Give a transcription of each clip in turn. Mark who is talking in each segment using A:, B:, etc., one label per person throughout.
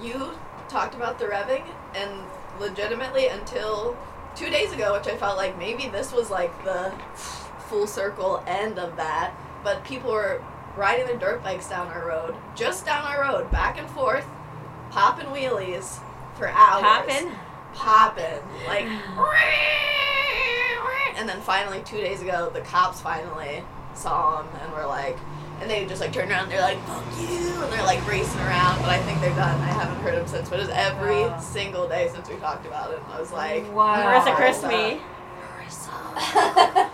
A: you talked about the revving, and legitimately until two days ago, which I felt like maybe this was like the full circle end of that, but people were riding their dirt bikes down our road, just down our road, back and forth, popping wheelies for hours.
B: Poppin'?
A: Popping. Like, and then finally, two days ago, the cops finally saw them and were like, and they just like turned around and they're like, fuck you, and they're like racing around, but I think they're done. I haven't heard them since, but it was every
B: Wow.
A: single day since we talked about it, and I was like,
B: Wow.
A: "Oh,
B: Marissa
A: that-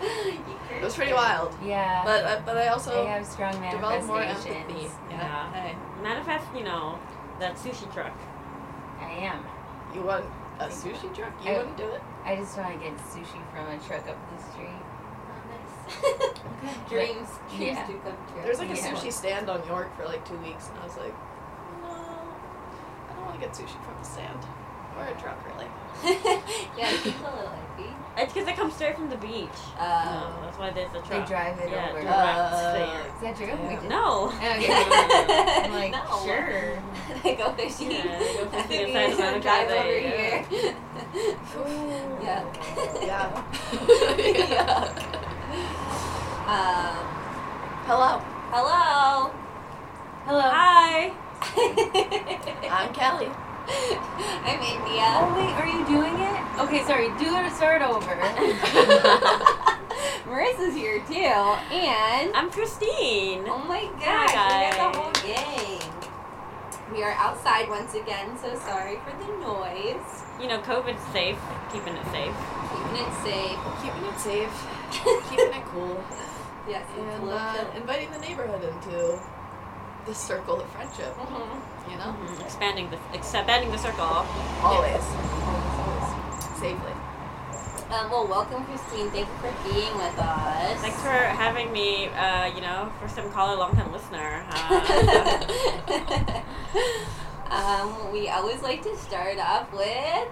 B: Christie.
A: It was pretty wild.
B: Yeah.
A: But, uh, but I
B: they
A: also
B: have strong
A: developed
B: manifestations.
A: more empathy. Yeah.
B: Yeah.
A: Hey,
C: Manifest, you know, that sushi truck.
B: I am.
A: you want a sushi truck? You
B: I-
A: wouldn't do it?
B: I just want to get sushi from a truck up the street.
D: nice. dreams, dreams
B: Yeah.
D: do come true.
A: There's like a
B: Yeah.
A: sushi stand on York for like two weeks, and I was like, no, I don't want to get sushi from the stand. Or a truck, really.
D: yeah, it seems a little iffy.
C: It's because it comes straight from the beach. no,
D: Um,
C: that's why there's a truck.
B: They drive it
C: yeah,
B: over.
C: direct
A: Uh,
C: there.
B: Is that true? We
A: yeah.
B: did.
C: No.
B: Okay. I'm like,
D: No.
B: sure.
D: they go fishing.
C: Yeah, go
D: I
C: fishing
D: think we
C: outside of
D: just
C: Monaco,
D: drive
C: they-
D: over
C: yeah.
D: here. yeah.
A: Yeah.
D: Um,
A: Hello,
D: hello.
B: Hello.
C: Hi.
A: I'm Kelly.
D: I'm
B: Oh
D: India.
B: wait, are you doing it? Okay, sorry. Do it. Start over.
D: Marissa's here too, and
C: I'm Christine.
D: oh my gosh, we got
C: guys.
D: the whole gang. We are outside once again, so sorry for the noise.
C: You know, COVID's safe. Keeping it safe.
D: Keeping it safe.
A: Keeping it safe, keeping it cool,
D: yes, it's a
A: and
D: little
A: uh,
D: chilly.
A: inviting the neighborhood into the circle of friendship,
D: Mhm.
A: you know?
C: Mm-hmm. Expanding the expanding the circle.
A: Always. Safely.
D: Um, well, welcome, Christine. Thank you for being with us.
C: Thanks for having me. Uh, you know, for some caller, long time listener. Uh,
D: um, we always like to start off with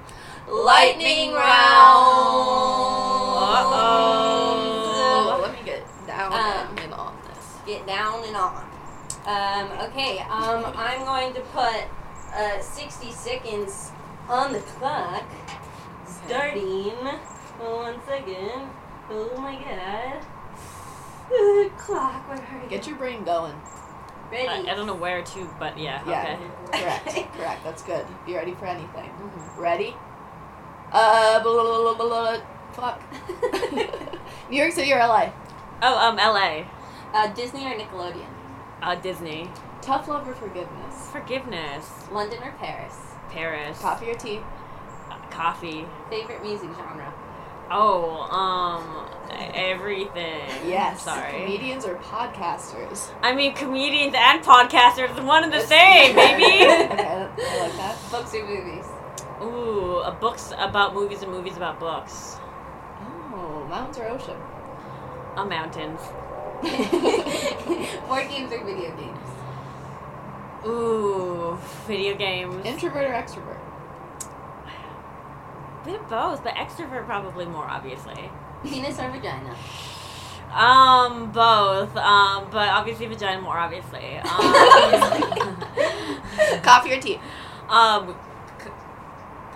A: Lightning
C: Uh-oh.
A: Oh, let me get down
D: Um,
A: in on this.
D: Get down and on. Um, okay, um, I'm going to put uh, 60 seconds on the clock, starting. Oh, one second. Oh my god. clock, where are you?
A: Get your brain going.
D: ready.
C: I, I don't know where to, but yeah.
A: Yeah.
C: Okay.
A: Correct. Mm-hmm. Correct. That's good. Be ready for anything. Ready? Uh, blah, blah, blah, blah, blah, fuck. New York City or LA?
C: Oh, um, L.A.
D: Uh, Disney or Nickelodeon?
C: Uh, Disney.
A: Tough love or forgiveness?
C: Forgiveness.
D: London or Paris?
C: Paris.
A: Coffee or tea?
C: Uh, coffee.
D: Favorite music genre?
C: Oh, um, everything.
A: Yes.
C: Sorry.
A: Comedians or podcasters?
C: I mean, comedians and podcasters, it's one and the same,
A: okay,
C: baby.
A: I like that.
D: Books or movies?
C: Ooh, uh, books about movies and movies about books.
A: Oh, mountains or ocean?
C: Uh, mountains.
D: Board games or video games?
C: Ooh, video games.
A: Introvert or extrovert?
C: Bit of both, but extrovert probably more obviously.
D: Penis or vagina?
C: Um, both. Um, but obviously vagina more obviously. Um,
A: Coffee or tea?
C: um c-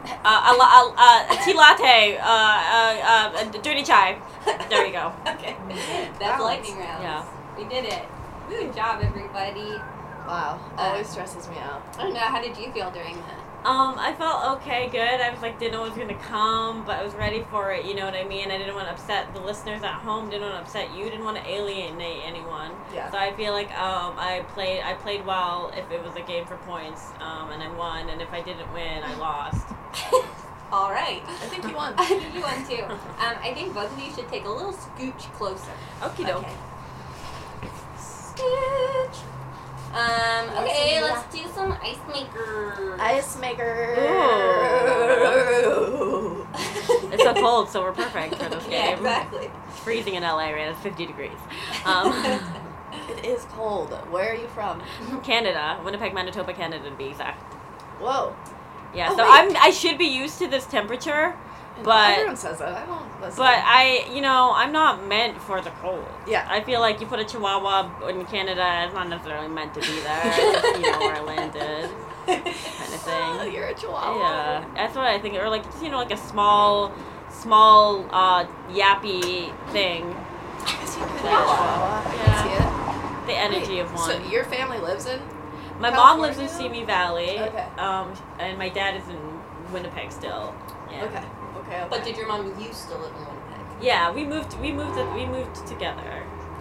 C: uh, a, la- a, a, a tea latte. Uh, uh, uh, a dirty chai. There we go.
D: Okay. That's
A: Balance.
D: lightning rounds.
C: Yeah.
D: We did it. Good job, everybody.
A: Wow, always stresses me out.
D: I don't know, how did you feel during that?
C: Um, I felt okay, good. I was like, didn't know it was gonna come, but I was ready for it. You know what I mean? I didn't want to upset the listeners at home. Didn't want to upset you. Didn't want to alienate anyone.
A: Yeah.
C: So I feel like um, I played. I played well. If it was a game for points, um, and I won. And if I didn't win, I lost.
D: All right.
A: I think you won.
D: I think you won too. Um, I think both of you should take a little scooch closer.
C: Okie doke.
D: Scooch. Um, okay, let's do some ice maker.
A: Ice maker.
C: Ooh. It's so cold, so we're perfect for this game.
D: Yeah, exactly.
C: It's freezing in LA right? It's 50 degrees. Um,
A: It is cold. Where are you from?
C: Canada, Winnipeg, Manitoba, Canada to be exact.
A: Whoa.
C: Yeah.
A: Oh,
C: so
A: wait.
C: I'm. I should be used to this temperature. But-
A: everyone says that. I don't listen.
C: But I, you know, I'm not meant for the cold.
A: Yeah.
C: I feel like you put a chihuahua in Canada, it's not necessarily meant to be there. It's just, you know, where it landed, kind of thing.
A: You're a chihuahua.
C: Yeah, that's what I think. Or like just you know like a small, small uh, yappy thing.
A: I guess you could be a chihuahua. I
C: Yeah.
A: can see
C: The
A: it.
C: energy
A: Wait,
C: of one.
A: So your family lives in?
C: my mom lives in
A: California?
C: Simi Valley.
A: Okay.
C: Um, and my dad is in Winnipeg still. Yeah.
A: Okay. Okay. okay.
D: But did your mom used to live in Winnipeg?
C: Yeah, we moved. We moved. We moved together.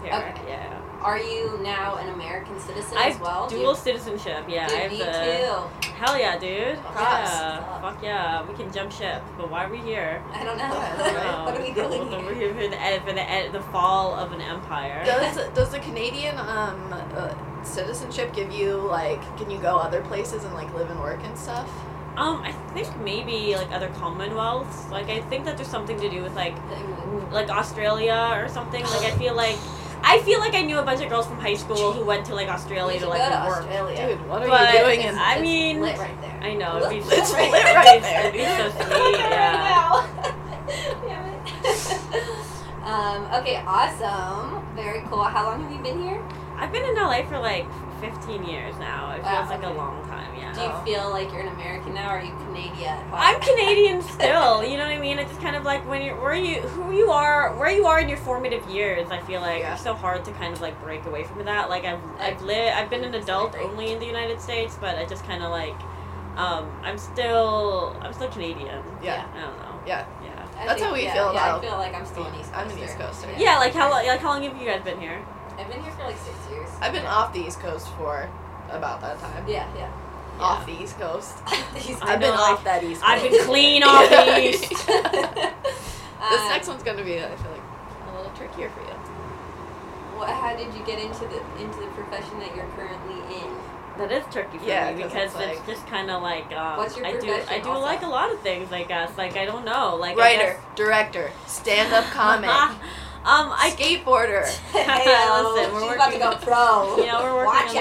C: Here.
D: Okay.
C: Yeah.
D: Are you now an American citizen
C: I
D: as
C: have
D: well? Do you-
C: dual citizenship. Yeah. I
D: Dude,
C: have
D: me
C: the,
D: too.
C: Hell yeah, dude.
A: Props.
C: Yeah. Fuck yeah. We can jump ship. But why are we here?
D: I don't know.
A: Yeah, I don't
C: Um,
D: what are we doing here?
C: We're here for the, ed- for the, ed- the fall of an empire.
A: does does the Canadian um uh, citizenship give you like can you go other places and like live and work and stuff?
C: Um, I think maybe like other commonwealths. Like I think that there's something to do with like like Australia or something. Like I feel like I feel like I knew a bunch of girls from high school who went to like Australia
D: We
C: to
D: should
C: like
D: go to
C: work.
D: Australia.
A: Dude, what are
C: But-
A: you doing in?
C: I
D: It's
C: mean-
D: lit right there.
C: I know it'd be
A: It's
C: so-
A: lit right there.
C: It'd be so
D: Look
C: sweet.
D: at her
C: Yeah.
D: now. Damn it. um, okay, awesome. Very cool. How long have you been here?
C: I've been in LA for like 15 years now. It feels
D: Wow,
C: like a
D: okay.
C: long time. Yeah.
D: Do you feel like you're an American now, or are you Canadian? at heart?
C: I'm Canadian still. You know what I mean? It's just kind of like when you're where you who you are, where you are in your formative years. I feel like
A: Yeah.
C: it's so hard to kind of like break away from that. Like I've I've lived I've been an adult
D: agree.
C: only in the United States, but I just kind of like um, I'm still I'm still Canadian.
A: yeah.
C: I don't know.
A: Yeah.
C: Yeah.
D: I
A: That's
D: think-
A: how we
D: yeah,
A: feel
D: yeah,
A: about-
D: I feel like I'm still an East Coaster.
A: I'm an East Coaster.
D: Yeah.
C: Yeah. Like how lo- like how long have you guys been here?
D: I've been here for like six years.
A: I've been off the East Coast for about that time.
D: Yeah, yeah.
A: Off the East Coast.
D: East
C: I
A: I've been
C: know,
A: off that East Coast.
C: I've been clean off
A: Yeah.
C: the East.
A: This
D: Um,
A: next one's gonna be, I feel like, a little trickier for you.
D: What, Um, how did you get into the into the profession that you're currently in?
C: That is tricky for
A: Yeah,
C: me
A: 'cause
C: because
A: it's
C: it's,
A: like-
C: just kind of like um,
D: What's your
C: I do I
D: profession
C: do
D: also?
C: like a lot of things I guess like I don't know like I
A: Writer,
C: guess-
A: director, stand-up comic,
C: um I
A: skateboarder.
D: Heyo,
C: listen, we're
D: she's about to
C: working-
D: go pro.
C: You know, we're working
D: Watch
C: on the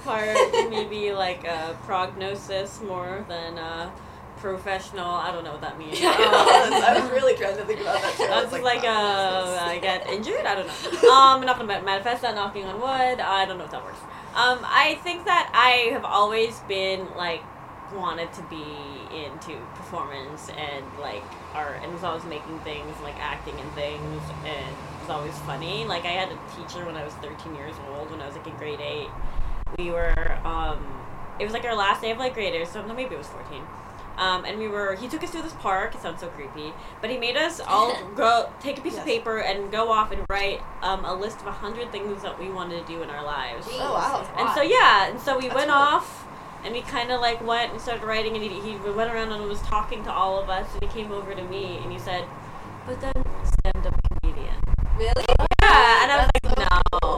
C: pro part, maybe like a prognosis more than a professional. I don't know what that means.
A: Yeah, I
D: Um,
A: was- I was really trying to think about that too. I was
C: That's like,
A: like, uh,
C: a I get injured. I don't know. Um, not gonna ma- manifest that. Knocking on wood. I don't know if that works. Um, I think that I have always been like wanted to be into performance and like art, and was always making things like acting and things, and was always funny. Like I had a teacher when I was thirteen years old, when I was like in grade eight. We were um, it was like our last day of like grade eight, so no, maybe it was fourteen. Um, and we were he took us to this park. It sounds so creepy, but he made us all go take a piece
A: Yes.
C: of paper and go off and write um, a list of hundred things that we wanted to do in our lives.
D: Jeez,
A: Oh, wow.
D: that's a
C: And
D: lot.
C: so yeah, and so we
A: That's
C: went
A: cool.
C: off, and we kind of like went and started writing, and he, he went around and was talking to all of us, and he came over to me and he said, "But then stand up comedian."
D: really?
C: Yeah, and I was like, "No,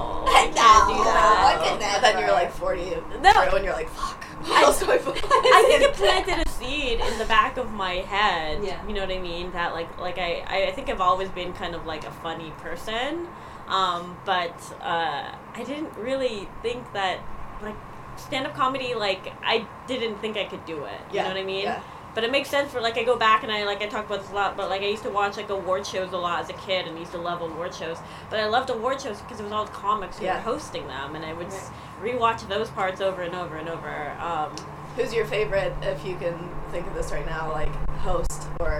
C: I can't do
D: No,
C: that."
D: I could
A: But
D: never.
A: then you're like 40.
C: No.
A: and you're like, fuck. What else do I put?
C: I think it planted a seed in the back of my head.
D: Yeah.
C: You know what I mean? That like like I, I, I think I've always been kind of like a funny person. Um, but uh, I didn't really think that like stand up comedy like I didn't think I could do it. You
A: Yeah,
C: know what I mean?
A: yeah.
C: But it makes sense for like I go back and I like I talk about this a lot, but like I used to watch like award shows a lot as a kid and used to love award shows. But I loved award shows because it was all comics who
A: Yeah.
C: were hosting them, and I would s rewatch those parts over and over and over. Um,
A: Who's your favorite, if you can think of this right now, like host or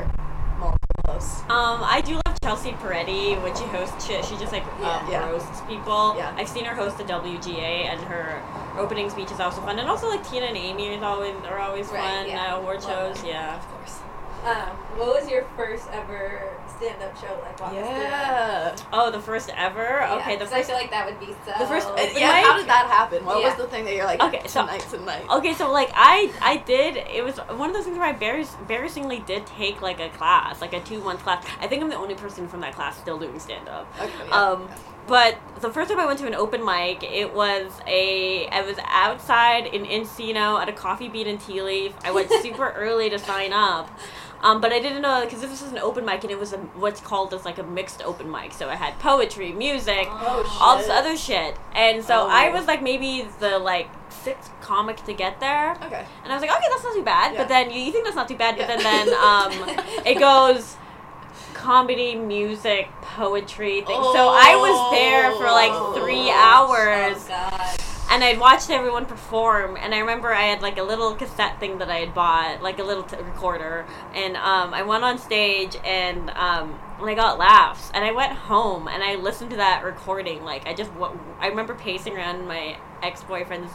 A: multiple hosts?
C: Um, I do love Chelsea Peretti when she hosts shit. She just like um,
A: Yeah.
C: roasts people.
A: Yeah.
C: I've seen her host the WGA, and her opening speech is also fun. And also like Tina and Amy is always are always
D: Right,
C: fun.
D: yeah.
C: Uh, award
D: Love
C: shows, yeah.
A: Of course.
D: Um, what was your first ever stand-up show like? Walk us through that.
A: Yeah.
C: Oh, the first ever.
D: Yeah,
C: Okay, the
D: 'cause I
C: first.
D: feel like that would be so. Oh,
C: The first-
A: And
C: Open
A: yeah, how
C: mic?
A: did that happen? What was
D: Yeah.
A: the thing that you're like,
C: Okay, so-
A: tonight's the night?
C: Okay, so like I I did it was one of those things where I embarrass, embarrassingly did take like a class like a two month class. I think I'm the only person from that class still doing stand up.
A: Okay, yeah.
C: Um, but the first time I went to an open mic, it was a I was outside in Encino at a coffee bean and tea leaf. I went super early to sign up. Um, but I didn't know because this was an open mic and it was a, what's called as like a mixed open mic. So I had poetry, music,
A: oh, shit.
C: all this other shit, and so
A: Oh.
C: I was like maybe the like sixth comic to get there,
A: Okay.
C: and I was like, okay, that's not too bad.
A: Yeah.
C: But then you, you think that's not too bad, but
A: Yeah.
C: then then um, it goes comedy, music, poetry thing. So I was there for like
A: Oh.
C: three
A: Oh,
C: hours,
D: Oh God.
C: and I'd watched everyone perform. And I remember I had like a little cassette thing that I had bought, like a little t- recorder, and um, I went on stage and um, and I got laughs. And I went home and I listened to that recording. Like I just, wa- I remember pacing around my ex boyfriend's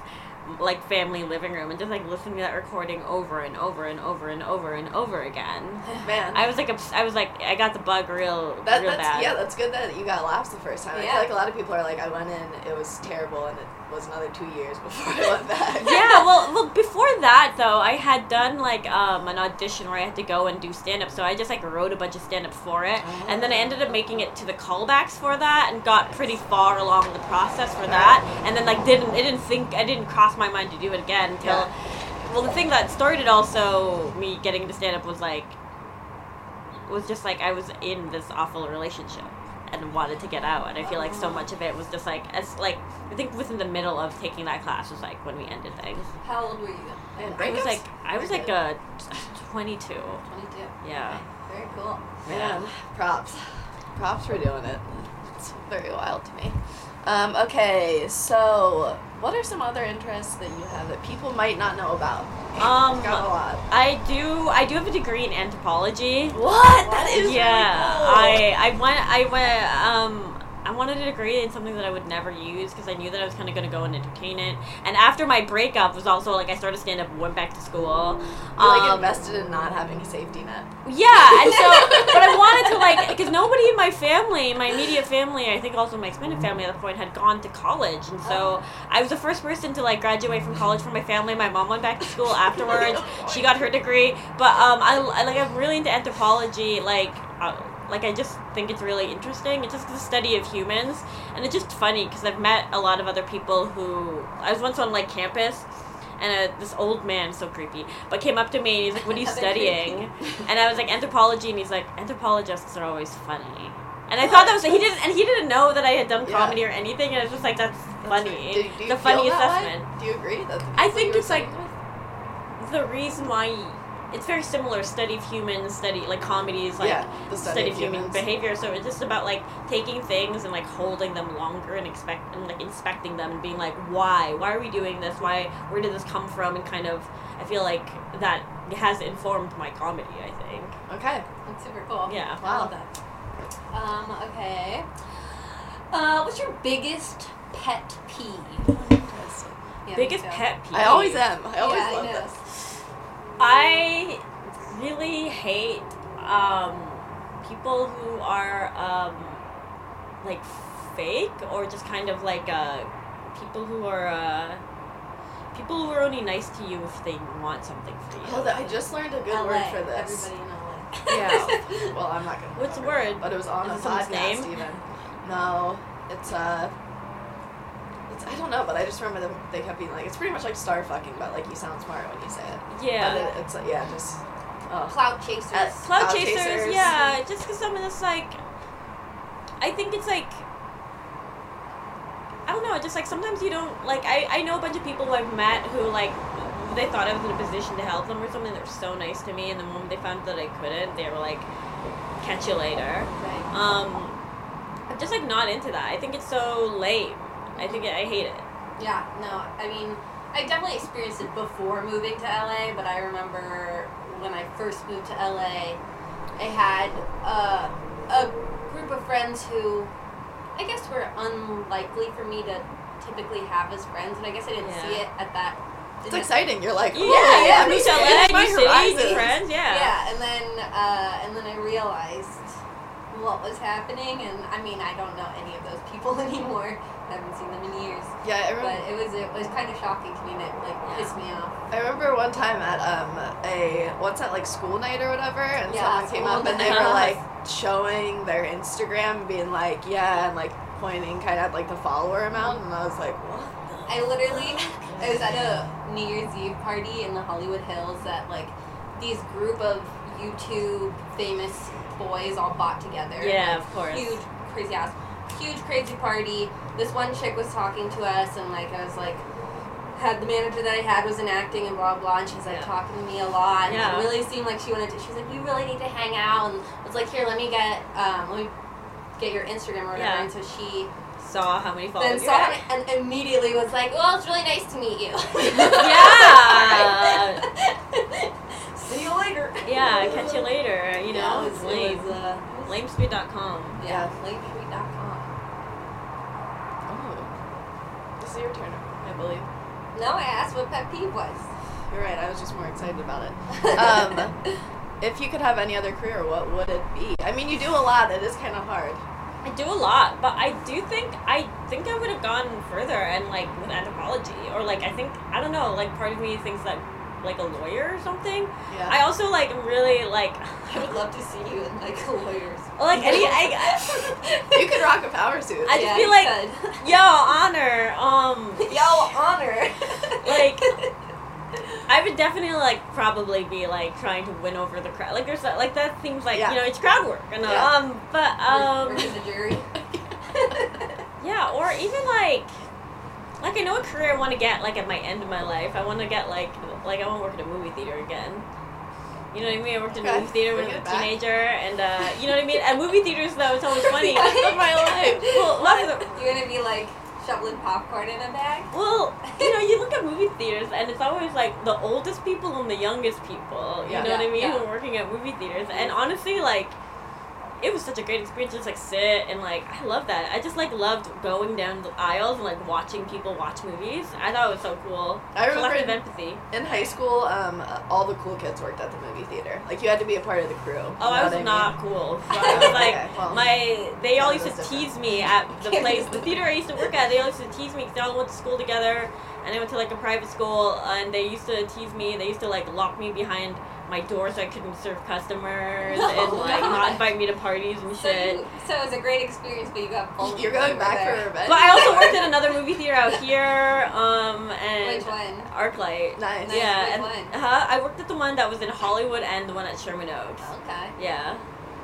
C: like family living room and just like listening to that recording over and over and over and over and over again.
A: Man.
C: I was like, obs- I was like, I got the bug real,
A: that,
C: real
A: that's
C: bad.
A: yeah, that's good that you got laughs the first time. I
D: Yeah.
A: feel like a lot of people are like, I went in, it was terrible, and it was another two years before I went back.
C: yeah, well, well, before that though, I had done like um, an audition where I had to go and do stand up, so I just like wrote a bunch of stand up for it, and then I ended up making it to the callbacks for that, and got pretty far along the process for that, and then like didn't it didn't think I didn't cross my mind to do it again until,
A: Yeah.
C: well, the thing that started also me getting to stand up was like, was just like I was in this awful relationship. And wanted to get out, and I feel like
A: Oh.
C: so much of it was just like as like I think within the middle of taking that class was like when we ended things.
D: How old were you?
A: And
C: I was
A: breakups?
C: like, I was
A: Very
C: like
A: good.
C: a twenty-two.
D: 22.
C: Yeah.
D: Very cool.
A: Man, props. Props for doing it. It's very wild to me. Um, okay, so what are some other interests that you have that people might not know about?
C: Um,
A: Got a lot.
C: I do. I do have a degree in anthropology.
A: What? That is
C: yeah.
A: really
C: I I went. I went. Um. I wanted a degree in something that I would never use because I knew that I was kind of going to go and entertain it. And after my breakup was also like I started stand up, went back to school.
A: cool. You, like
C: Um,
A: invested in not having a safety net.
C: Yeah, and so, but I wanted to like, because nobody in my family, my immediate family, I think also my extended family at that point, had gone to college, and
A: Oh.
C: so I was the first person to like graduate from college from my family. My mom went back to school afterwards; she got her degree. But um, I, I like I'm really into anthropology, like. Uh, like I just think it's really interesting. It's just the study of humans, and it's just funny because I've met a lot of other people who I was once on like campus, and uh this old man, so creepy, but came up to me and he's like, "What are you
D: They're
C: studying?" And I was like, "Anthropology," and he's like, "Anthropologists are always funny." And I thought that was he didn't and he didn't know that I had done
A: Yeah.
C: comedy or anything, and I was just like, "That's funny."
A: Do, do you
C: the
A: feel
C: funny
A: that way?
C: assessment.
A: Do you agree? That the
C: I
A: people
C: think
A: you were
C: it's like
A: sitting with-
C: the reason why it's very similar study of humans, study like comedies, like
A: yeah, the
C: study of human
A: humans.
C: behavior. So it's just about like taking things and like holding them longer and expect and like inspecting them and being like, why? Why are we doing this? Why? Where did this come from? And kind of, I feel like that has informed my comedy. I think.
A: Okay.
D: That's super cool.
C: Yeah.
D: I love that. Um, okay. Uh, what's your biggest pet peeve? Yeah,
C: Biggest
D: me too.
C: pet peeve.
A: I always am. I always
D: yeah,
A: love
D: I know.
A: this.
C: I really hate um, people who are um, like fake or just kind of like uh, people who are uh, people who are only nice to you if they want something for you.
A: Oh, that- I just learned a good
D: LA,
A: word for this.
D: Everybody in LA.
A: Yeah. well, I'm not gonna.
C: What's the
A: remember it,
C: word?
A: But it was on
C: Is
A: a
C: it someone's
A: podcast
C: name?
A: even. No, it's uh, it's I don't know, but I just remember them. They kept being like, it's pretty much like star fucking, but like you sound smart when you say it. But
C: yeah.
A: it, it's like yeah, just. Oh.
D: Cloud chasers.
A: At-
C: Cloud
A: Cloud
C: chasers,
A: chasers.
C: yeah. Just because someone that's like, I think it's like, I don't know. Just like sometimes you don't like. I I know a bunch of people who I've met who like they thought I was in a position to help them or something. They were so nice to me, and the moment they found that I couldn't, they were like, "Catch you later."
D: right.
C: Um, I'm just like not into that. I think it's so lame. I think I hate it.
D: Yeah, no, I mean, I definitely experienced it before moving to LA, but I remember when I first moved to LA, I had uh, a group of friends who I guess were unlikely for me to typically have as friends, and I guess I didn't see
C: Yeah.
D: it at that.
A: It's exciting. You're like,
C: Yeah,
A: "Whoa,
C: yeah.
A: I'm
C: New
A: just
C: LA,
A: expanding my
C: new city,
A: horizons."
C: new friends.
D: Yeah.
C: Yeah.
D: and then uh, and then I realized what was happening, and I mean, I don't know any of those people anymore. I haven't seen them in years,
A: Yeah, I remember.
D: but it was it was kind of shocking to me, and it like pissed me off.
A: I remember one time at um a what's that like school night or whatever, and
D: Yeah,
A: someone came
D: school
A: up and they
C: night.
A: were like showing their Instagram, being like, yeah, and like pointing kind of at, like the follower amount, and I was like, what?
D: I literally, I was at a New Year's Eve party in the Hollywood Hills that like these group of YouTube famous boys all bought together.
C: Yeah, of course.
D: Huge crazy ass, huge crazy party. This one chick was talking to us, and like I was like, had the manager that I had was in acting and blah blah, and she's like
C: Yeah.
D: talking to me a lot. And
C: Yeah.
D: it really seemed like she wanted to. She was like, "You really need to hang out," and was like, "Here, let me get, um, let me get your Instagram or whatever."
C: Yeah.
D: And so she
C: saw how many followers
D: Then
C: you
D: saw
C: had.
D: it and immediately was like, "Well, it's really nice to meet you."
C: Yeah.
D: See you later.
C: Yeah, catch you later. You know, it's lame.
D: It was, uh, it was-
C: Lamespeed.com.
D: yeah, lamesweet.com.
A: Oh. This is your turn, I believe.
D: No, I asked what pet peeve was.
A: You're right, I was just more excited about it. Um, If you could have any other career, what would it be? I mean, you do a lot, it is kind of hard.
C: I do a lot, but I do think I think I would have gone further and like with anthropology or like I think I don't know like part of me thinks that like a lawyer or something.
A: Yeah.
C: I also like am really like
D: I would love to see you in like a lawyer's.
C: like any I
A: you could rock a power suit.
C: I- just
D: yeah,
C: be
D: you
C: like-
D: could.
C: yo honor um
D: Yo, honor.
C: Like, I would definitely like probably be like trying to win over the crowd like there's that like that seems like
A: Yeah.
C: you know it's crowd work and
A: Yeah.
C: um but um
D: We're, we're the jury.
C: Yeah, or even like, like I know a career I want to get like at my end of my life. I want to get like like I want to work at a movie theater again. You know what I mean? I worked in a
A: Okay,
C: movie theater when
A: bring
C: I was
A: it
C: a
A: back.
C: teenager, and uh, you know what I mean. At movie theaters though, it's always funny.
D: Yeah.
C: I love my life. Well, lots of the,
D: You're gonna be like shoveling popcorn in a bag.
C: well, you know, you look at movie theaters, and it's always like the oldest people and the youngest people. You
A: Yeah. Mm-hmm.
C: know what I mean?
D: Yeah.
C: Who are working at movie theaters, and honestly, like. It was such a great experience to just like sit and like I love that. I just like loved going down the aisles and like watching people watch movies. I thought it was so cool.
A: I remember
C: Collective
A: in,
C: empathy.
A: in high school, um, uh, all the cool kids worked at the movie theater. Like, you had to be a part of the crew.
C: Oh, I was not cool. So I was like
A: okay, well,
C: My they all
A: Yeah,
C: used to
A: that's different.
C: tease me at the
D: Can't
C: place,
D: do
C: the
D: that.
C: theater I used to work at. They all used to tease me because they all went to school together, and I went to like a private school, and they used to tease me. They used to like lock me behind my door so I couldn't serve customers
D: Oh,
C: and like
D: God.
C: not invite me to parties and
D: So,
C: shit.
D: you, so it was a great experience, but you got pulled.
A: Oh, You're going
D: over
A: back for
D: there.
A: revenge.
C: But I also worked at another movie theater out here, um,
D: Which
C: and
D: one?
C: ArcLight.
A: Nice.
D: Nice,
C: Yeah,
D: which
C: and
D: one?
C: huh? I worked at the one that was in Hollywood and the one at Sherman Oaks.
D: Okay.
C: Yeah.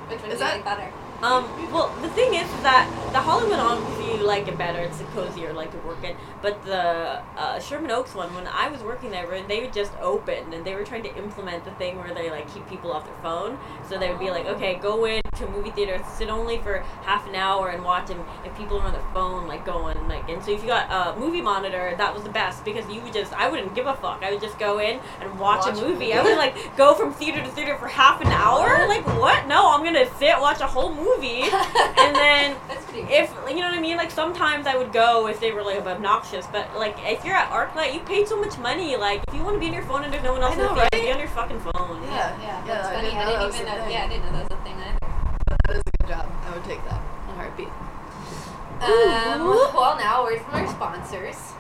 D: Which one
A: Is
D: do you
A: that-
D: like better?
C: Um, well, the thing is that the Hollywood obviously you like it better. It's cozier, like to work in. But the uh, Sherman Oaks one, when I was working there, where they would just open and they were trying to implement the thing where they like keep people off their phone. So they would be like, okay, go in to a movie theater, sit only for half an hour and watch. And if people are on their phone, like going like, and so if you got a movie monitor, that was the best because you would just I wouldn't give a fuck. I would just go in and watch,
A: Watch
C: a
A: a
C: movie.
A: movie.
C: I would like go from theater to theater for half an hour. Like what? No, I'm gonna sit watch a whole movie and then
D: That's pretty. good.
C: if you know what I mean, like sometimes I would go if they were like obnoxious, but like if you're at ArcLight, you paid so much money. Like if you want to be on your phone and there's no one else
A: I
C: in the
A: know,
C: theater,
A: right?
C: be on your fucking phone.
A: Yeah,
D: yeah,
A: yeah,
D: that's
A: I
D: funny.
A: didn't know
D: I
A: that
D: didn't
A: was
D: even
A: a
D: know.
A: thing.
D: Yeah, I didn't know that was a thing either.
A: That is a good job. I would take that in a heartbeat.
D: Um, well, now where's from our sponsors?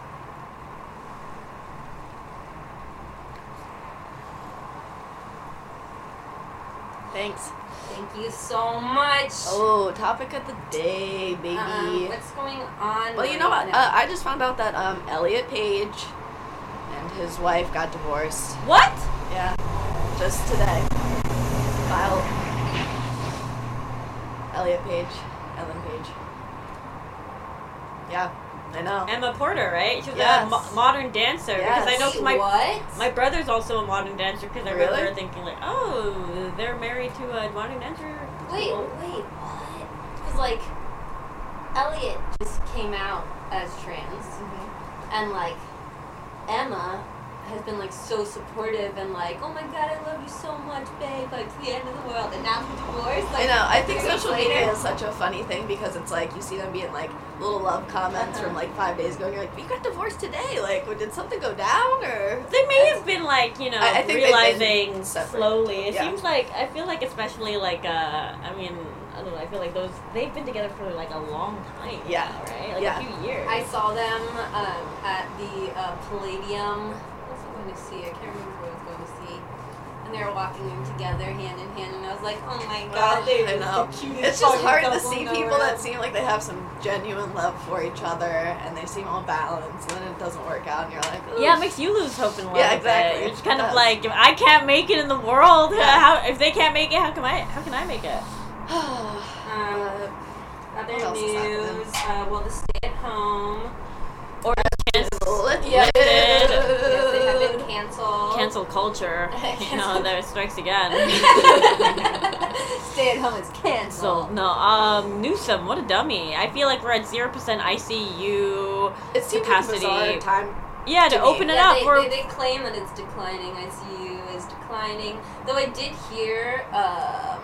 A: Thanks.
D: Thank you so much.
A: Oh, topic of the day, baby.
D: Um,
A: Uh-uh.
D: what's going on?
A: Well, you know
D: right
A: what?
D: now?
A: Uh, I just found out that um, Elliot Page and his wife got divorced.
C: What?
A: Yeah, just today. Filed. Elliot Page, Ellen Page. Yeah, I know.
C: Emma Porter, right? She was a
A: Yes.
C: mo- modern dancer because I
A: Yes.
C: know 'cause my
D: what?
C: my brother's also a modern dancer because I
A: Really?
C: remember thinking like, oh, they're married to a modern dancer.
D: wait,
C: Cool.
D: wait, what? Because like, Elliot just came out as trans,
A: Mhm.
D: and like, Emma has been like so supportive and like, oh my god, I love you so much, babe. Like to the end of the world, and now they're divorced. Like,
A: I know. I think
D: three weeks
A: social
D: later.
A: media is such a funny thing because it's like you see them being like little love comments from like five days ago, and you're like, "You got divorced today? Like, did something go down or?"
C: They may have been like you know
A: I- I think they've been
C: realizing
A: separate.
C: slowly. It
A: Yeah.
C: seems like I feel like especially like uh I mean I don't know I feel like those they've been together for like a long time.
A: Yeah.
C: now, right. Like
A: Yeah.
C: a few years.
D: I saw them um, at the uh, Palladium. What's I going to see? I can't remember what I was going to see. And they were walking in together, hand in hand, and I was like, "Oh my
A: Oh,
D: god, they
A: I
D: were
A: know.
D: the cutest."
A: It's just
D: fucking
A: hard to
D: couple
A: see
D: in the
A: people that
D: world.
A: seem like they have some genuine love for each other and they seem all balanced and then it doesn't work out and you're like, "Ooh."
C: yeah, it makes you lose hope in love.
A: Yeah,
C: a bit.
A: exactly.
C: You're just kind
A: It
C: of
A: does.
C: like if I can't make it in the world,
A: Yeah.
C: how if they can't make it, how can I how can I make it? Uh,
D: Um,
A: What
D: other
A: else is happening?
D: news. Uh, well, the stay-at-home
C: Or
A: Chances lifted.
D: Because they have been canceled.
C: Cancel culture. You know, there it strikes again.
B: Stay
D: at home is
C: So, no, um, Newsom, what a dummy. I feel like we're at 0% ICU.
A: It seems
C: Capacity.
A: like a bizarre time.
C: Yeah,
A: To
C: to
A: me.
C: open it
D: yeah,
C: up.
D: They,
C: we're,
D: they, they claim that it's declining. ICU is declining. Though I did hear um,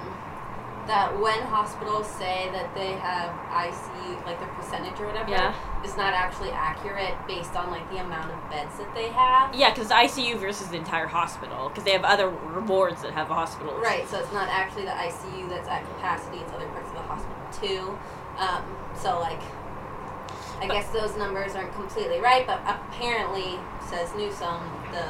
D: that when hospitals say that they have ICU, like their percentage or whatever,
C: Yeah.
D: is not actually accurate based on like the amount of beds that they have.
C: Yeah, because ICU versus the entire hospital, because they have other wards that have hospitals.
D: Right, so it's not actually the ICU that's at capacity, it's other parts of the hospital too. Um, so, like, I guess those numbers aren't completely right, but apparently, says Newsom, the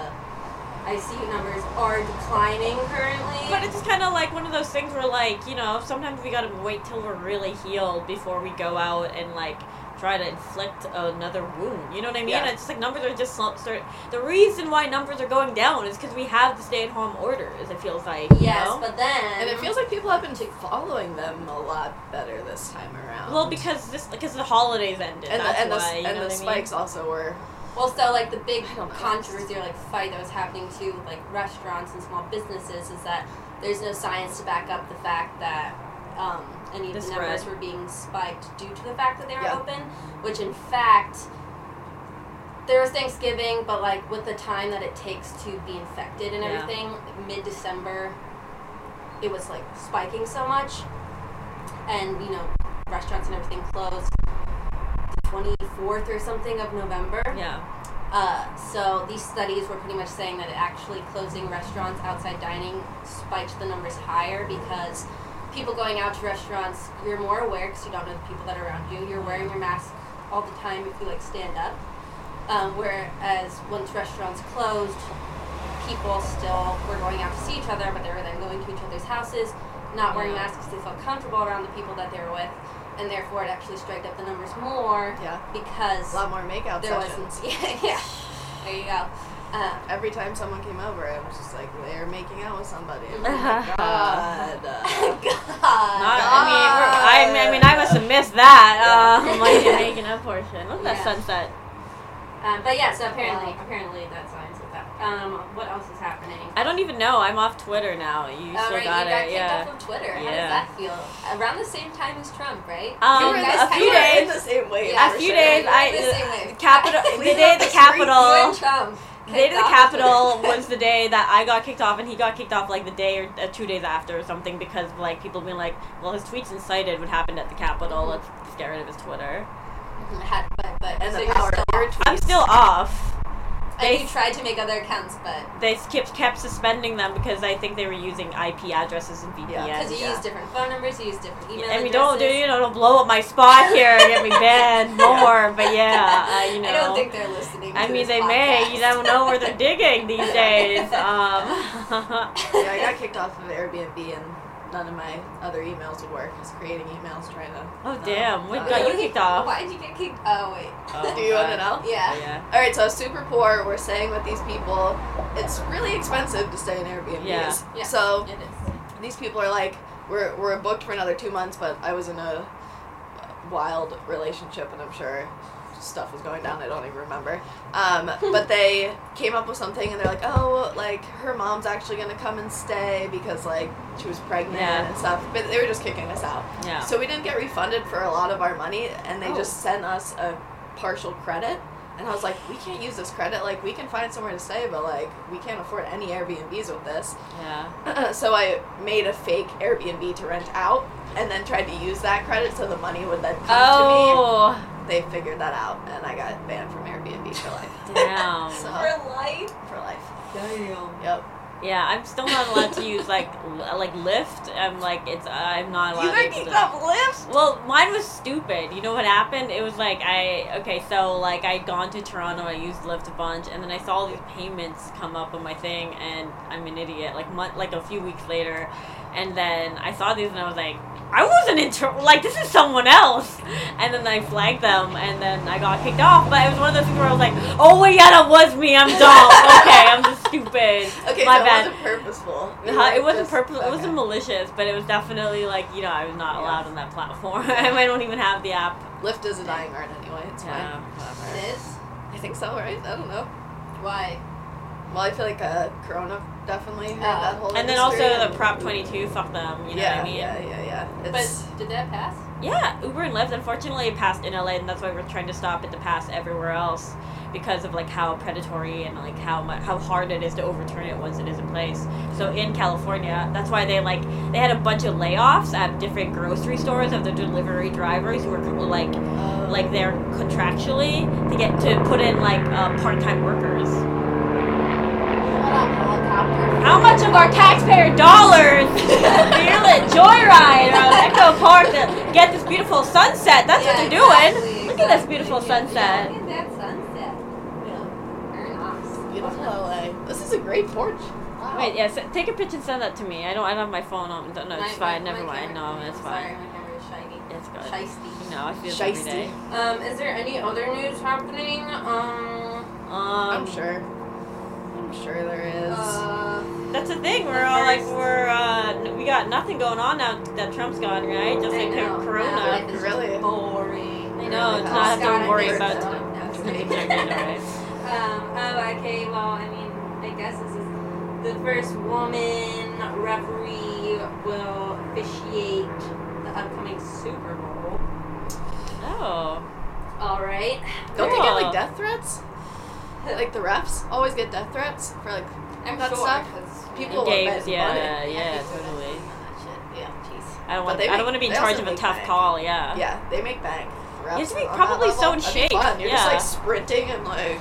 D: ICU numbers are declining currently.
C: But it's kind of like one of those things where, like, you know, sometimes we gotta wait till we're really healed before we go out and, like, try to inflict another wound. You know what I mean?
A: Yeah.
C: It's just like numbers are just sl- start. The reason why numbers are going down is because we have the stay at home orders, it feels like. you
D: yes,
C: know?
D: but then.
A: And it feels like people have been t- following them a lot better this time around.
C: Well, because this, because the holidays ended.
A: and the,
C: that's
A: and the,
C: why. you
A: and the
C: know what I mean?
A: spikes also were.
D: Well, so like the big
A: I don't know.
D: controversy or like fight that was happening to like restaurants and small businesses is that there's no science to back up the fact that um, any of
C: The
D: the numbers
C: spread.
D: were being spiked due to the fact that they were
A: Yeah.
D: open, which in fact there was Thanksgiving, but like with the time that it takes to be infected and
C: Yeah.
D: everything, mid December, it was like spiking so much, and you know restaurants and everything closed. 24th or something of November.
C: Yeah.
D: Uh, so these studies were pretty much saying that actually closing restaurants outside dining spiked the numbers higher because people going out to restaurants you're more aware because you don't know the people that are around you you're wearing your mask all the time if you like stand up um, whereas once restaurants closed people still were going out to see each other but they were then going to each other's houses not wearing
C: Yeah.
D: masks because they felt comfortable around the people that they were with and therefore it actually striked up the numbers more
A: Yeah.
D: because
A: A lot more makeout
D: there
A: sessions.
D: wasn't. Yeah, yeah. There you go. Uh,
A: Every time someone came over, I was just like, they're making out with somebody. I'm like,
C: Uh-huh.
A: "Oh my God. Uh,
C: Not,
D: God.
C: I mean, we're, I, I mean, I must have missed that.
D: Yeah.
C: Um, like the making up portion. Look at that
D: Yeah.
C: sunset.
D: Uh, but yeah, so apparently, apparently that's science with that. Um, what else is happening?
C: I don't even know. I'm off Twitter now. You
D: All
C: still
D: Oh, right,
C: got it.
D: you got kicked
C: yeah.
D: off of Twitter. How
C: Yeah.
D: does that feel? Around the same time as Trump, right?
C: Um,
A: you were
D: You
C: a
D: guys
A: the-
D: kinda
A: you
C: few
A: were
D: were-
A: in the
C: days.
A: same way.
D: Yeah,
C: a
A: for
C: few
A: sure.
C: days.
D: you were
C: I
D: the same way.
C: the capital. the
A: We
C: day
A: love the
C: the
A: streets.
D: You
C: Capitol.
D: and Trump.
C: The day
D: kicked
C: of the
D: off
C: Capitol
D: Twitter.
C: was the day that I got kicked off, and he got kicked off like the day or uh, two days after or something because like people being like, well, his tweets incited what happened at the Capitol. Let's get rid of his Twitter.
D: Had- but, but,
A: And
D: so
A: the
D: you're
A: power
D: still-
A: of your
C: I'm
A: tweets.
C: still off.
D: and you tried to make other accounts, but
C: they kept kept suspending them because I think they were using IP addresses and VPNs.
A: Yeah,
D: because you
A: yeah.
D: use different phone numbers, you use different email
C: and we
D: addresses.
C: don't do you know don't blow up my spot here and get me banned more. But yeah, uh, you know.
D: I don't think they're listening.
C: I
D: to
C: mean,
D: this
C: they may.
D: podcast.
C: You don't know where they're digging these days. Um,
A: Yeah, I got kicked off of Airbnb and none of my other emails would work. I was creating emails trying to. um,
C: oh
A: No,
C: damn! What
A: no.
C: got you kicked off?
D: Why did you get kicked? Oh wait.
C: Oh,
A: Do you want to
C: God.
A: know?
D: yeah.
C: Yeah.
A: All right, so super poor. We're staying with these people. It's really expensive to stay in Airbnbs.
C: Yeah.
D: Yeah.
A: So
D: It is.
A: these people are like, we're we're booked for another two months, but I was in a wild relationship, and I'm sure stuff was going down. I don't even remember. Um, but they came up with something, and they're like, oh, like her mom's actually gonna come and stay because like she was pregnant
C: Yeah.
A: and stuff. But they were just kicking us out.
C: Yeah.
A: So we didn't get refunded for a lot of our money, and they
C: Oh.
A: just sent us a partial credit. And I was like, we can't use this credit. Like, we can find somewhere to stay, but like, we can't afford any Airbnbs with this.
C: Yeah.
A: Uh, so I made a fake Airbnb to rent out, and then tried to use that credit so the money would then come
C: Oh
A: to me. They figured that out, and I got banned from Airbnb for life.
C: damn.
A: So-
D: For life.
A: For life.
D: Damn.
A: Yep.
C: Yeah, I'm still not allowed to use like l- like Lyft. I'm like it's I'm not allowed.
A: You
C: to
A: got
C: use
A: kicked
C: it.
A: off Lyft.
C: Well, mine was stupid. You know what happened? It was like I okay, so like I'd gone to Toronto, I used Lyft a bunch, and then I saw all these payments come up on my thing, and I'm an idiot. Like month, like a few weeks later, and then I saw these, and I was like, I wasn't in Tor- like this is someone else, and then I flagged them, and then I got kicked off. But it was one of those things where I was like, oh wait, yeah, that was me. I'm dumb. Okay, I'm just stupid.
A: Okay,
C: my
A: so
C: bad.
A: it wasn't purposeful. You
C: Huh,
A: were
C: it wasn't
A: just-
C: purpose. It
A: okay.
C: wasn't malicious, but it was definitely like you know I was not
A: Yeah.
C: allowed on that platform. I don't even have the app.
A: Lyft is a dying art anyway. It's fine.
C: Yeah.
A: Whatever.
D: This.
A: I think so, right? I don't know.
D: Why?
A: Well, I feel like uh, Corona definitely hurt
D: Yeah.
A: that whole
C: And then also
A: industry
C: the
A: and-
C: Prop 22, fuck them, you know
A: yeah,
C: what I mean?
A: yeah, yeah, yeah. It's,
D: But did that pass?
C: Yeah, Uber and Lyft unfortunately it passed in LA, and that's why we're trying to stop it to pass everywhere else because of like how predatory and like how much how hard it is to overturn it once it is in place. So in California, that's why they like they had a bunch of layoffs at different grocery stores of the delivery drivers who were like
A: uh,
C: like they're contractually to get to put in like uh, part time workers. How much of our taxpayer dollars feel it joyride around Echo Park to get this beautiful sunset? That's what they're doing. Look at this beautiful sunset.
D: Look at that sunset.
A: yeah,
D: Very nice.
A: beautiful LA. This is a great porch.
D: Wow.
C: Wait, yes. take a picture and send that to me. I don't. I don't have my phone on. No, no
D: My-
C: it's fine.
D: my-
C: Never
D: my
C: mind.
D: camera-
C: No, it's
D: Sorry,
C: fine.
D: my camera is shiny.
C: It's good.
D: Shiesty.
C: No, I feel it every
A: Shiesty.
C: day.
D: Um, is there any other news happening? Um,
C: Um,
A: I'm sure. I'm sure there is.
D: uh,
C: That's the thing. We're all like we're uh, n- we got nothing going on now that Trump's gone, right? Just
D: I
C: like
D: know. Now
C: Corona.
D: life is
A: Really?
D: just boring.
C: I know.
A: it's
C: To
A: Oh,
C: not have
D: Scott,
C: to worry
D: I
C: about.
D: think so. No, I'm just
C: I
D: kidding.
C: think they're doing all right.
D: Um, oh, okay, well, I mean, I guess this is the first woman referee will officiate the upcoming Super Bowl.
C: Oh,
D: All right.
A: Don't they get
C: Yeah.
A: like death threats? Like the refs always get death threats for like
D: I'm
A: That's
D: sure.
A: not-
D: 'cause
A: people- Well,
C: games.
A: but
C: Yeah,
A: money.
C: yeah,
D: Happy for
C: totally.
A: shit. Yeah, jeez.
C: I don't want.
A: they
C: I don't
A: make-
C: want to be in
A: they
C: charge
A: also
C: of a
A: make
C: tough
A: bank.
C: call. Yeah.
A: Yeah, they make bank. The refs
C: Yes, we
A: on that
C: probably
A: level,
C: so in
A: that'd be
C: shape.
A: Fun. You're just
C: Yeah.
A: like sprinting and like,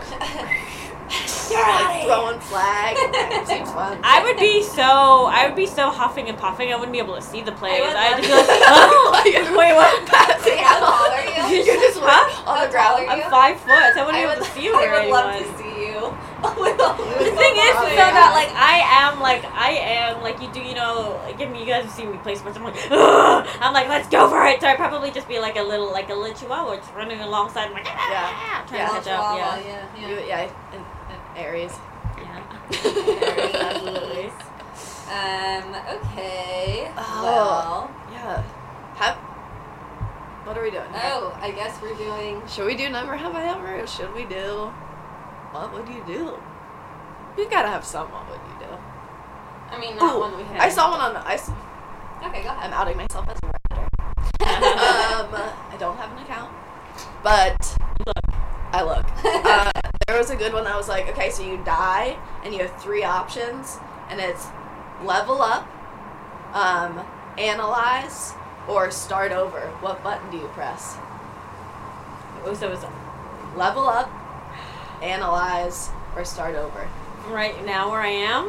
D: You're
A: like
D: outta
A: throwing flags. it seems fun.
C: I would be so. I would be so huffing and puffing. I wouldn't be able to see the plays.
D: would
C: I'd
D: love
C: be
D: to
C: like,
D: see-
C: oh, wait, what?
A: Passing
D: How
A: out.
D: tall are you?
A: You're just
C: Huh?
A: like on
D: How
A: the
D: tall
A: ground.
D: are you?
C: I'm five foot. So I wouldn't
D: I
C: be
D: would,
C: able to see over
D: I would
C: anyone.
D: love to see you. With all
C: The
D: this
C: thing is,
D: all
C: so
D: my
C: that
D: eyes.
C: like I am like I am like you do you know give me you guys have seen me play sports I'm like Ugh! I'm like let's go for it so I'd probably just be like a little like a little chihuahua just running alongside I'm like ah,
A: Yeah.
C: trying
A: Yeah.
C: to catch up yeah
D: yeah.
A: You, yeah, and, and Aries.
C: yeah
A: Absolutely.
D: Um, okay.
A: Oh.
D: Well,
A: Yeah. Have, what are we doing? here?
D: oh, I guess we're doing.
A: Should we do number have I ever? Or should we do? What would you do? You gotta have some. What would you do?
D: I mean, not
A: Ooh,
D: one we had.
A: I saw one on. I s-
D: Okay, go ahead.
A: I'm outing myself as a redditor. Um, I don't have an account, but I look. Uh, there was a good one that was like, okay, so you die and you have three options, and it's level up, um, analyze, or start over. What button do you press?
C: oh so it's
A: Level up, analyze, or start over.
C: right now where I am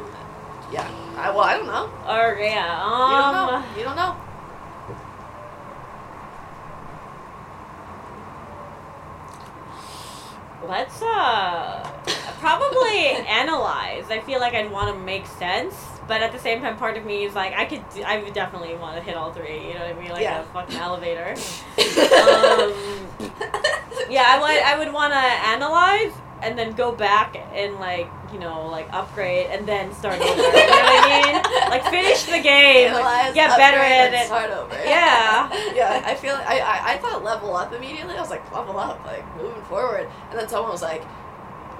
A: Yeah. I, well, I don't know.
C: or yeah
A: You don't
C: um
A: know. You don't know.
C: Let's uh probably analyze. I feel like I'd want to make sense, but at the same time, part of me is like I could I would definitely want to hit all three. You know what I mean? Like
A: Yeah.
C: a fucking elevator. um, yeah, I would I would want to analyze and then go back and like you know like upgrade and then start over. you know what I mean? Like finish the game,
A: Analyze,
C: um, get better
A: upgrade,
C: at
A: and
C: it.
A: Start over.
C: Yeah.
A: yeah, I feel I, I I thought level up immediately. I was like level up, like moving forward. And then someone was like,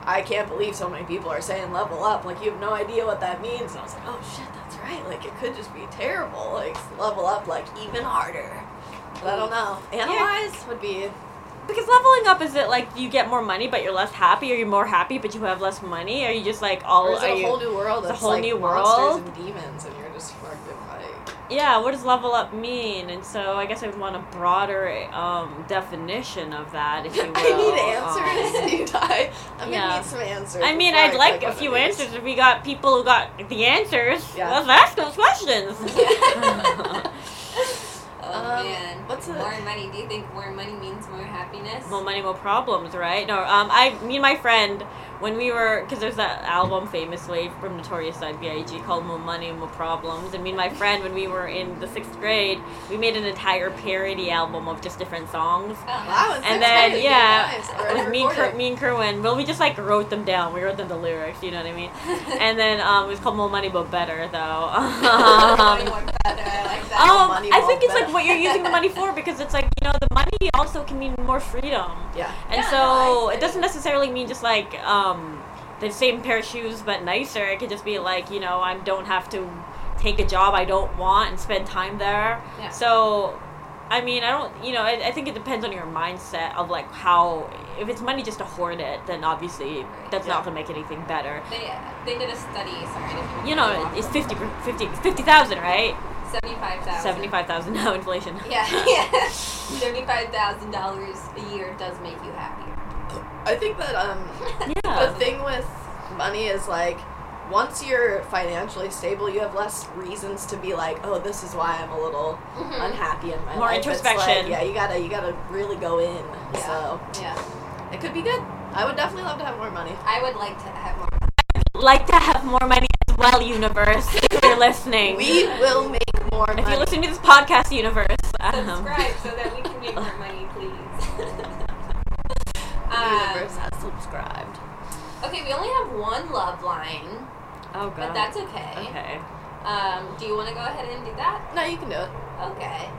A: I can't believe so many people are saying level up. Like you have no idea what that means. And I was like, oh shit, that's right. Like it could just be terrible. Like level up, like even harder. But I don't know. Analyze would be
C: Because leveling up is it like you get more money but you're less happy, or you're more happy but you have less money? Are you just like all?
A: or is it
C: are
A: a
C: you,
A: whole new world.
C: it's a
A: that's,
C: whole
A: like,
C: new world?
A: monsters and demons, and you're just fucking like
C: yeah what does level up mean and so i guess i would want a broader um, definition of that if you will
A: I need
C: Um,
A: answers. you die. I'm
C: yeah.
A: gonna need some answers.
C: I mean,
A: before
C: I'd like
A: click
C: a
A: on
C: few
A: these.
C: answers. If we got people who got the answers,
A: Yeah.
C: let's ask those questions.
D: Oh
A: Um,
D: man.
A: what's a-
D: more money? Do you think more money means more happiness?
C: more money, more problems, right? No, um, I, me and my friend, when we were, because there's that album famously from Notorious B.I.G. called More Money, More Problems, and me and my friend, when we were in the sixth grade, we made an entire parody album of just different songs.
D: Oh,
A: Wow,
D: nice.
C: And then, yeah,
A: it
C: With me, and Ker- me and Kerwin, well, we just like wrote them down. We wrote them the lyrics, you know what I mean? And then um, it was called More Money But Better, though.
D: More money,
C: Um,
D: more better. I like that.
A: More
C: um,
A: Money,
C: I
A: More
D: Oh.
C: think it's like
A: Better.
C: what you're using the money for because it's like, you know, the money money also can mean more freedom.
A: Yeah.
C: And
B: Yeah, no,
C: so
B: I-
C: it doesn't necessarily mean just like um, the same pair of shoes but nicer. It could just be like you know I don't have to take a job I don't want and spend time there.
B: Yeah.
C: So I mean I don't you know I, I think it depends on your mindset of like how if it's money just to hoard it then obviously
B: Right.
C: that's
A: Yeah.
C: not gonna make anything better.
B: They, they did a study. Sorry, if
C: You know it's 50 per- 50 50,000 right?
B: seventy-five thousand.
C: 75,000 now inflation.
D: Yeah, yeah. Seventy-five thousand dollars a year does make you happier.
A: I think that um the
C: Yeah.
A: thing with money is like once you're financially stable, you have less reasons to be like, oh, this is why I'm a little unhappy in my
C: Mm-hmm. More
A: life. It's like,
C: introspection.
A: yeah, you gotta you gotta really go in.
D: Yeah. Yeah,
A: So it could be good. I would definitely love to have more money.
D: I would like to have more.
C: Like to have more money as well universe if you're listening.
A: We will make more
C: If
A: money.
C: you listen to this podcast universe, um,
D: Subscribe so that we can make more money, please.
A: the
D: um,
C: uh,
A: universe has subscribed.
D: okay, we only have one love line,
C: oh god,
D: but that's okay.
C: okay.
D: Um, do you want to go ahead and do that?
A: No, you can do it.
D: Okay.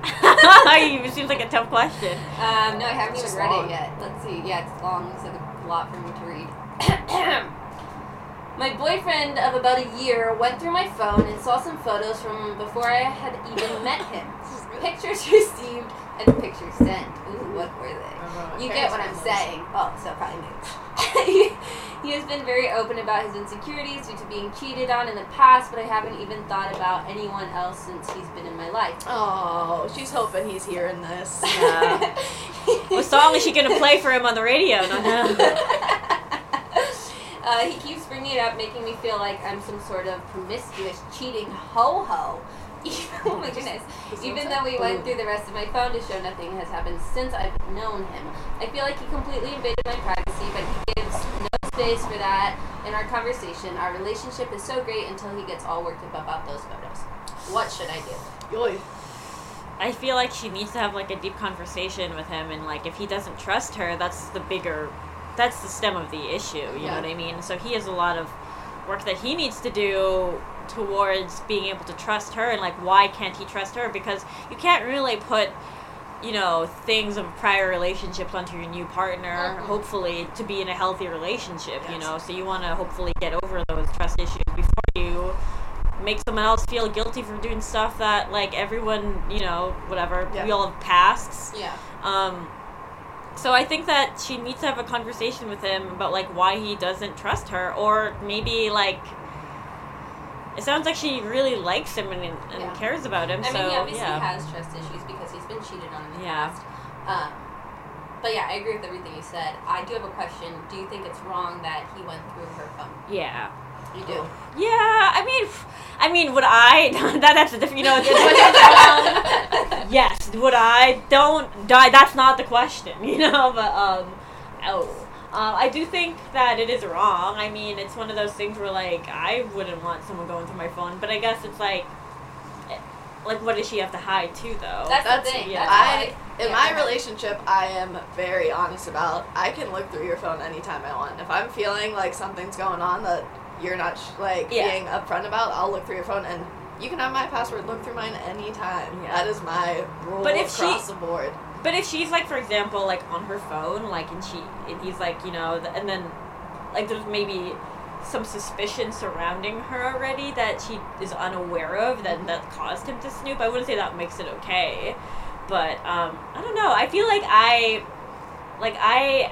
C: it seems like a tough question.
D: Um, no, I haven't
A: It's just
D: even read
A: long.
D: it yet. Let's see. Yeah, it's long. Looks like a lot for me to read. my boyfriend of about a year went through my phone and saw some photos from before I had even met him. Pictures received and pictures sent. Ooh, what were they?
A: Uh,
D: You get what I'm saying. Oh, so probably nudes. he has been very open about his insecurities due to being cheated on in the past, but I haven't even thought about anyone else since he's been in my life.
A: Oh, she's hoping he's hearing this.
C: Yeah. What song is she gonna play for him on the radio? No, no.
D: Uh, he keeps bringing it up, making me feel like I'm some sort of promiscuous, cheating ho ho. oh my goodness. Even though we
C: Oh.
D: went through the rest of my phone to show nothing has happened since I've known him, I feel like he completely invaded my privacy, but he gives no space for that in our conversation. Our relationship is so great until he gets all worked up about those photos. What should I do?
A: Yoy.
C: I feel like she needs to have like a deep conversation with him, and like if he doesn't trust her, that's the bigger, that's the stem of the issue. You
A: Yeah.
C: know what I mean? So he has a lot of work that he needs to do towards being able to trust her, and like why can't he trust her? Because you can't really put you know things of prior relationships onto your new partner
D: Mhm.
C: hopefully to be in a healthy relationship you
A: Mm-hmm. Yes.
C: know so you want to hopefully get over those trust issues before you make someone else feel guilty for doing stuff that like everyone you know whatever
A: Yeah.
C: we all have pasts
D: Yeah.
C: um so i think that she needs to have a conversation with him about like why he doesn't trust her or maybe like it sounds like she really likes him and, and
D: Yeah.
C: cares about him
D: I
C: so
D: mean, he obviously
C: yeah
D: has trust issues because he's been cheated on in the
C: Yeah.
D: past. Um, but yeah, I agree with everything you said. I do have a question. Do you think it's wrong that he went through her phone?
C: yeah
D: You do.
C: Yeah, I mean, f- I mean, would I? that, that's a different, you know.
D: um,
C: it's-
D: yeah.
C: yes, would I? Don't die. That's not the question, you know. But um, oh, uh, I do think that it is wrong. I mean, it's one of those things where like I wouldn't want someone going through my phone, but I guess it's like, eh, like what does she have to hide too, though?
D: That's,
A: That's-
D: the thing.
C: yeah.
D: That's
A: I
D: why-
A: in
D: yeah.
A: my relationship, I am very honest about. I can look through your phone anytime I want. If I'm feeling like something's going on that you're not sh- like
C: Yeah.
A: being upfront about, I'll look through your phone and you can have my password. Look through mine anytime.
C: Yeah.
A: That is my rule
C: But if she-
A: across the board.
C: But if she's like, for example, like on her phone, like, and she, and he's like, you know, th- and then, like, there's maybe some suspicion surrounding her already that she is unaware of that that caused him to snoop. I wouldn't say that makes it okay, but um, I don't know. I feel like I, like I.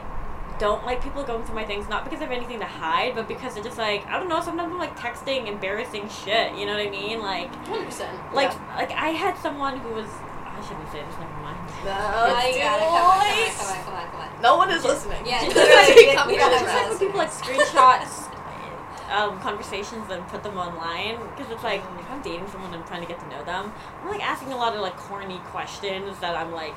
C: Don't like people going through my things, not because I have anything to hide, but because it's just like I don't know. Sometimes I'm like texting embarrassing shit. You know what I mean? Like,
D: 100%.
C: like, like I had someone who was I shouldn't say this. Never mind.
A: No,
D: I gotta come on,
C: Boys.
D: come on, come on, come on, come
A: no one is listening.
D: Yeah,
A: Literally,
D: literally,
A: come
D: we
A: here
D: don't
A: to
D: have
A: us.
D: to.
C: when people like screenshots um, conversations and put them online because it's like
D: Mm-hmm.
C: if I'm dating someone and trying to get to know them, I'm like asking a lot of like corny questions that I'm like,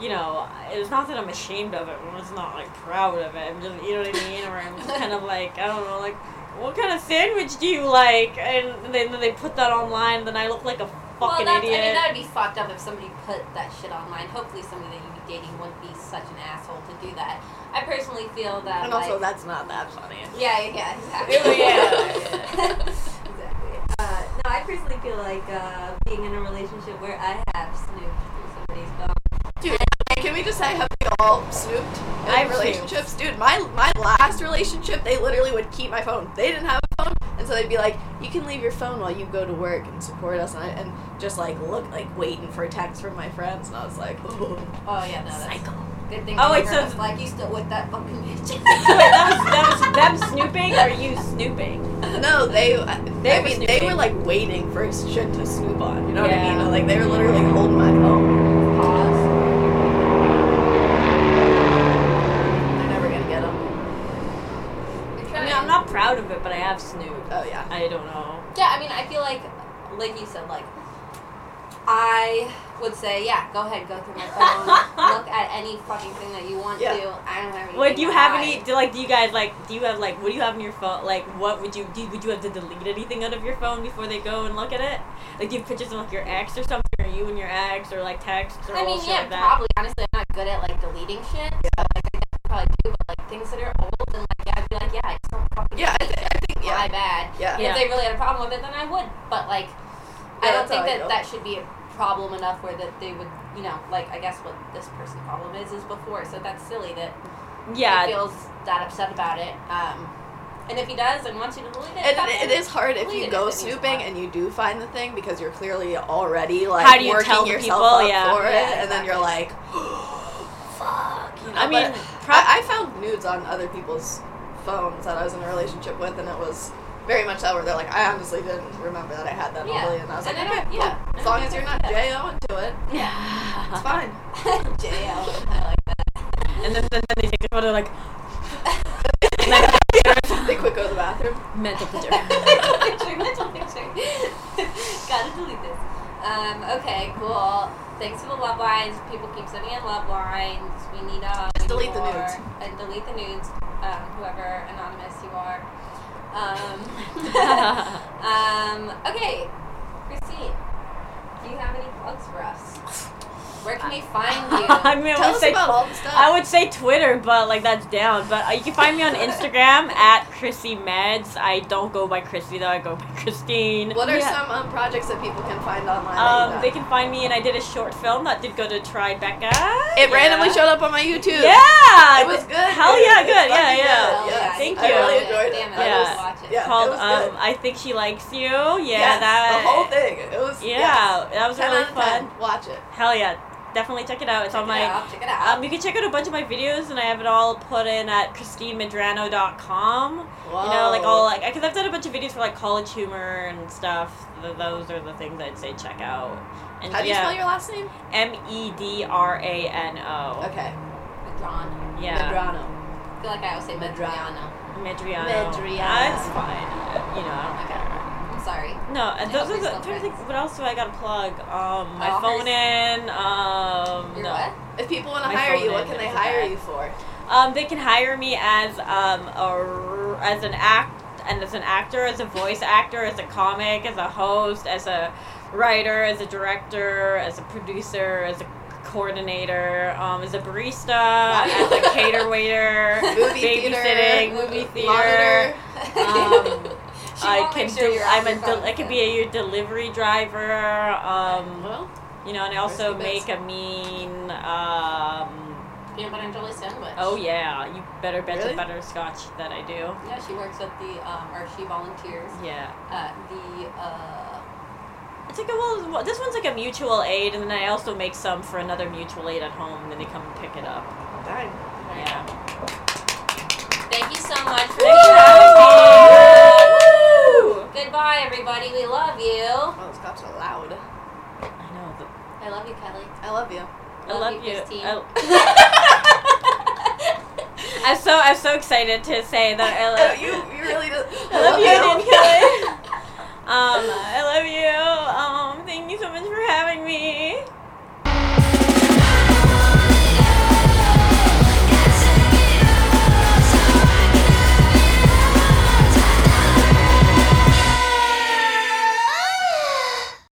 C: you know, it's not that I'm ashamed of it, but it's not like proud of it. I'm just you know what I mean, or I'm just kind of like I don't know, like what kind of sandwich do you like? And then they put that online, then I look like a
D: on.
C: fucking
D: well, that's,
C: idiot.
D: I mean, that would be fucked up if somebody put that shit online. Hopefully, somebody that you'd be dating wouldn't be such an asshole to do that. I personally feel that.
A: And also,
D: like-
A: that's not that funny.
D: Yeah, yeah, yeah, exactly.
C: Really, yeah.
D: exactly. Uh, no, I personally feel like uh, being in a relationship where I have snooped through somebody's phone.
A: Dude,
D: and I
A: can we just say have you all snooped in
C: I've
A: relationships? Dude, my my last relationship, they literally would keep my phone. They didn't have a phone, and so they'd be like, "You can leave your phone while you go to work and support us," and, I, and just like look like waiting for a text from my friends, and I was like, "Ooh,
D: Oh yeah, no, that's
A: psycho."
D: good thing.
C: Oh,
D: my
C: wait, so-
D: girl was like you still with that fucking bitch.
C: Wait, that was, that was them snooping or you snooping?
A: No, they. I-
C: They
A: I
C: were
A: mean, they
C: snooping.
A: were like waiting for shit to snoop on. You know what I
C: Yeah.
A: mean? Like they were literally holding my phone.
D: Pause.
A: They're never gonna get them.
C: I mean, I'm not proud of it, but I have snooped.
A: Oh yeah.
C: I don't know.
D: Yeah, I mean, I feel like, like you said, like I would say, yeah, go ahead, go through my phone, look at any fucking thing that you want
A: Yeah.
D: to. I don't have any.
C: Would you have any? Do, like, do you guys like? Do you have like? What do you have in your phone? Like, what would you do? Would you have to delete anything out of your phone before they go and look at it? Like, do you have pictures of like your ex or something, or you and your ex, or like texts or
D: I
C: all
D: mean,
C: shit
D: yeah,
C: like that?
D: probably. Honestly, I'm not good at like deleting shit. So, like, I definitely probably do, but like things that are old and like, yeah, I'd be like, yeah, I just don't fucking.
A: Yeah, I, th- I think
D: My
A: yeah.
D: bad.
A: Yeah.
C: Yeah.
D: If they really had a problem with it, then I would. But like, I
A: Yeah, that's
D: don't think
A: how I
D: that
A: feel.
D: that should be a problem enough where that they would, you know, like I guess what this person's problem is is before. So that's silly that
C: Yeah,
D: he feels that upset about it. Um, and if he does and wants you to delete it,
A: And
D: that's
A: it is hard if
D: Deleted
A: you
D: it,
A: go
D: that means a
A: snooping
D: lot.
A: and you do find the thing because you're clearly already like
C: How do you
A: working
C: tell the
A: yourself up
C: people? Yeah.
A: for it,
D: Yeah,
A: and then you're like, fuck. You know,
C: I mean,
A: but
C: pro-
A: I, I found nudes on other people's phones that I was in a relationship with, and it was very much that where they're like, I honestly didn't remember that I had that
D: Yeah.
A: ability, and I was
D: And
A: like,
D: I don't-
A: okay, cool.
D: yeah. I
A: as
D: don't
A: long
D: think
A: as you're
D: I
A: not
D: did.
A: jo into it,
C: Uh-huh.
A: it's fine.
D: JL. I like
C: and then, then they take a photo like
A: they quick go to the bathroom.
C: mental picture.
D: that. picture, mental picture. Gotta delete this. Um, okay, cool. Thanks for the love lines. People keep sending in love lines. We need uh,
A: Just
D: we need
A: delete the
D: more.
A: nudes.
D: And delete the nudes, um, whoever anonymous you are. Um, um, okay, Christine, do you have any plugs for us? Where can we find you?
C: I mean, I
A: Tell
C: would
A: us
C: say
A: about all the stuff.
C: I would say Twitter, but like that's down. But uh, you can find me on Instagram at Chrissy Meds. I don't go by Chrissy though. I go by Christine.
A: what are
C: Yeah.
A: some um, projects that people can find online? that
C: Um,
A: you've
C: they
A: done?
C: can find me, and I did a short film that did go to Tribeca.
A: it
C: Yeah.
A: randomly showed up on my YouTube.
C: Yeah,
A: It was good.
C: Hell
A: dude.
C: yeah,
A: It was
C: good. Yeah,
A: fucking
C: yeah.
A: good. Yes.
D: Oh, yeah,
C: Thank
A: I
C: you.
A: really enjoyed it.
D: Damn it,
C: Yeah.
D: I will watch it.
A: Yeah.
C: Called
A: it was good.
C: um, I think she likes you. Yeah,
A: Yes,
C: that
A: the whole thing. It was
C: Yeah,
A: yes.
C: that was
A: 10
C: really
A: out of
C: fun.
A: 10. Watch it.
C: Hell yeah, definitely check it out. It's
A: Oh,
D: Check
C: on
D: it
C: my
D: out, check it out.
C: Um, you can check out a bunch of my videos, and I have it all put in at christinemedrano.com. You know, like
A: Oh.
C: all like because I've done a bunch of videos for like College Humor and stuff. Th- those are the things I'd say check out. And
A: How do you
C: yeah,
A: spell your last name?
C: M E D R A N O.
A: Okay,
D: Medrano.
C: Yeah,
A: Medrano.
D: I feel like I always say Medrano.
C: Medriano.
A: Medriano.
C: That's fine. Uh, You know, I don't
D: Okay.
C: care.
D: I'm sorry.
C: No, and
D: Yeah,
C: those are
D: please
C: the.
D: don't
C: I'm trying to think,
D: press.
C: what else do I gotta plug? Um, my
D: Oh,
C: phone in. Um,
D: You're
C: no.
D: what?
A: If people want
C: My
A: to hire
C: phone
A: you, what
C: in
A: can
C: is
A: they
C: a
A: hire
C: bad-
A: you for?
C: Um, they can hire me as um a, as an act and as an actor, as a voice actor, as a comic, as a host, as a writer, as a director, as a producer, as a coordinator, um, as a barista, as a cater waiter,
A: Movie
C: babysitting,
A: theater,
C: movie theater.
A: Monitor.
C: Um,
D: She
C: I
D: won't
C: can
D: make sure
C: do.
D: you're
C: I'm
D: on
C: a.
D: your
C: Del-
D: phone,
C: I could
D: so-
C: be a delivery driver. Um,
A: Well,
C: you know, and I
A: Where's
C: also
A: the bits?
C: make a mean. Um,
D: peanut butter and jelly sandwich.
C: oh yeah, you better bet
A: Really?
C: the butterscotch that I do.
D: Yeah, she works at the um, or she volunteers
C: Yeah,
D: at the uh,
C: it's like a well, well, this one's like a mutual aid, and then I also make some for another mutual aid at home, and then they come and pick it up.
A: dang.
C: Yeah.
D: Thank you so much for
C: Thanks for having me.
D: Goodbye everybody. We love you.
A: Oh, those cops are loud.
C: I know. but
D: I love you, Kelly.
A: I love you.
C: I
D: Love
C: love,
D: you,
C: you.
D: Christine.
C: I, am so I'm so excited to say that I
A: Oh,
C: love
A: you, you really do.
C: I love you, Kelly. Um, I love you.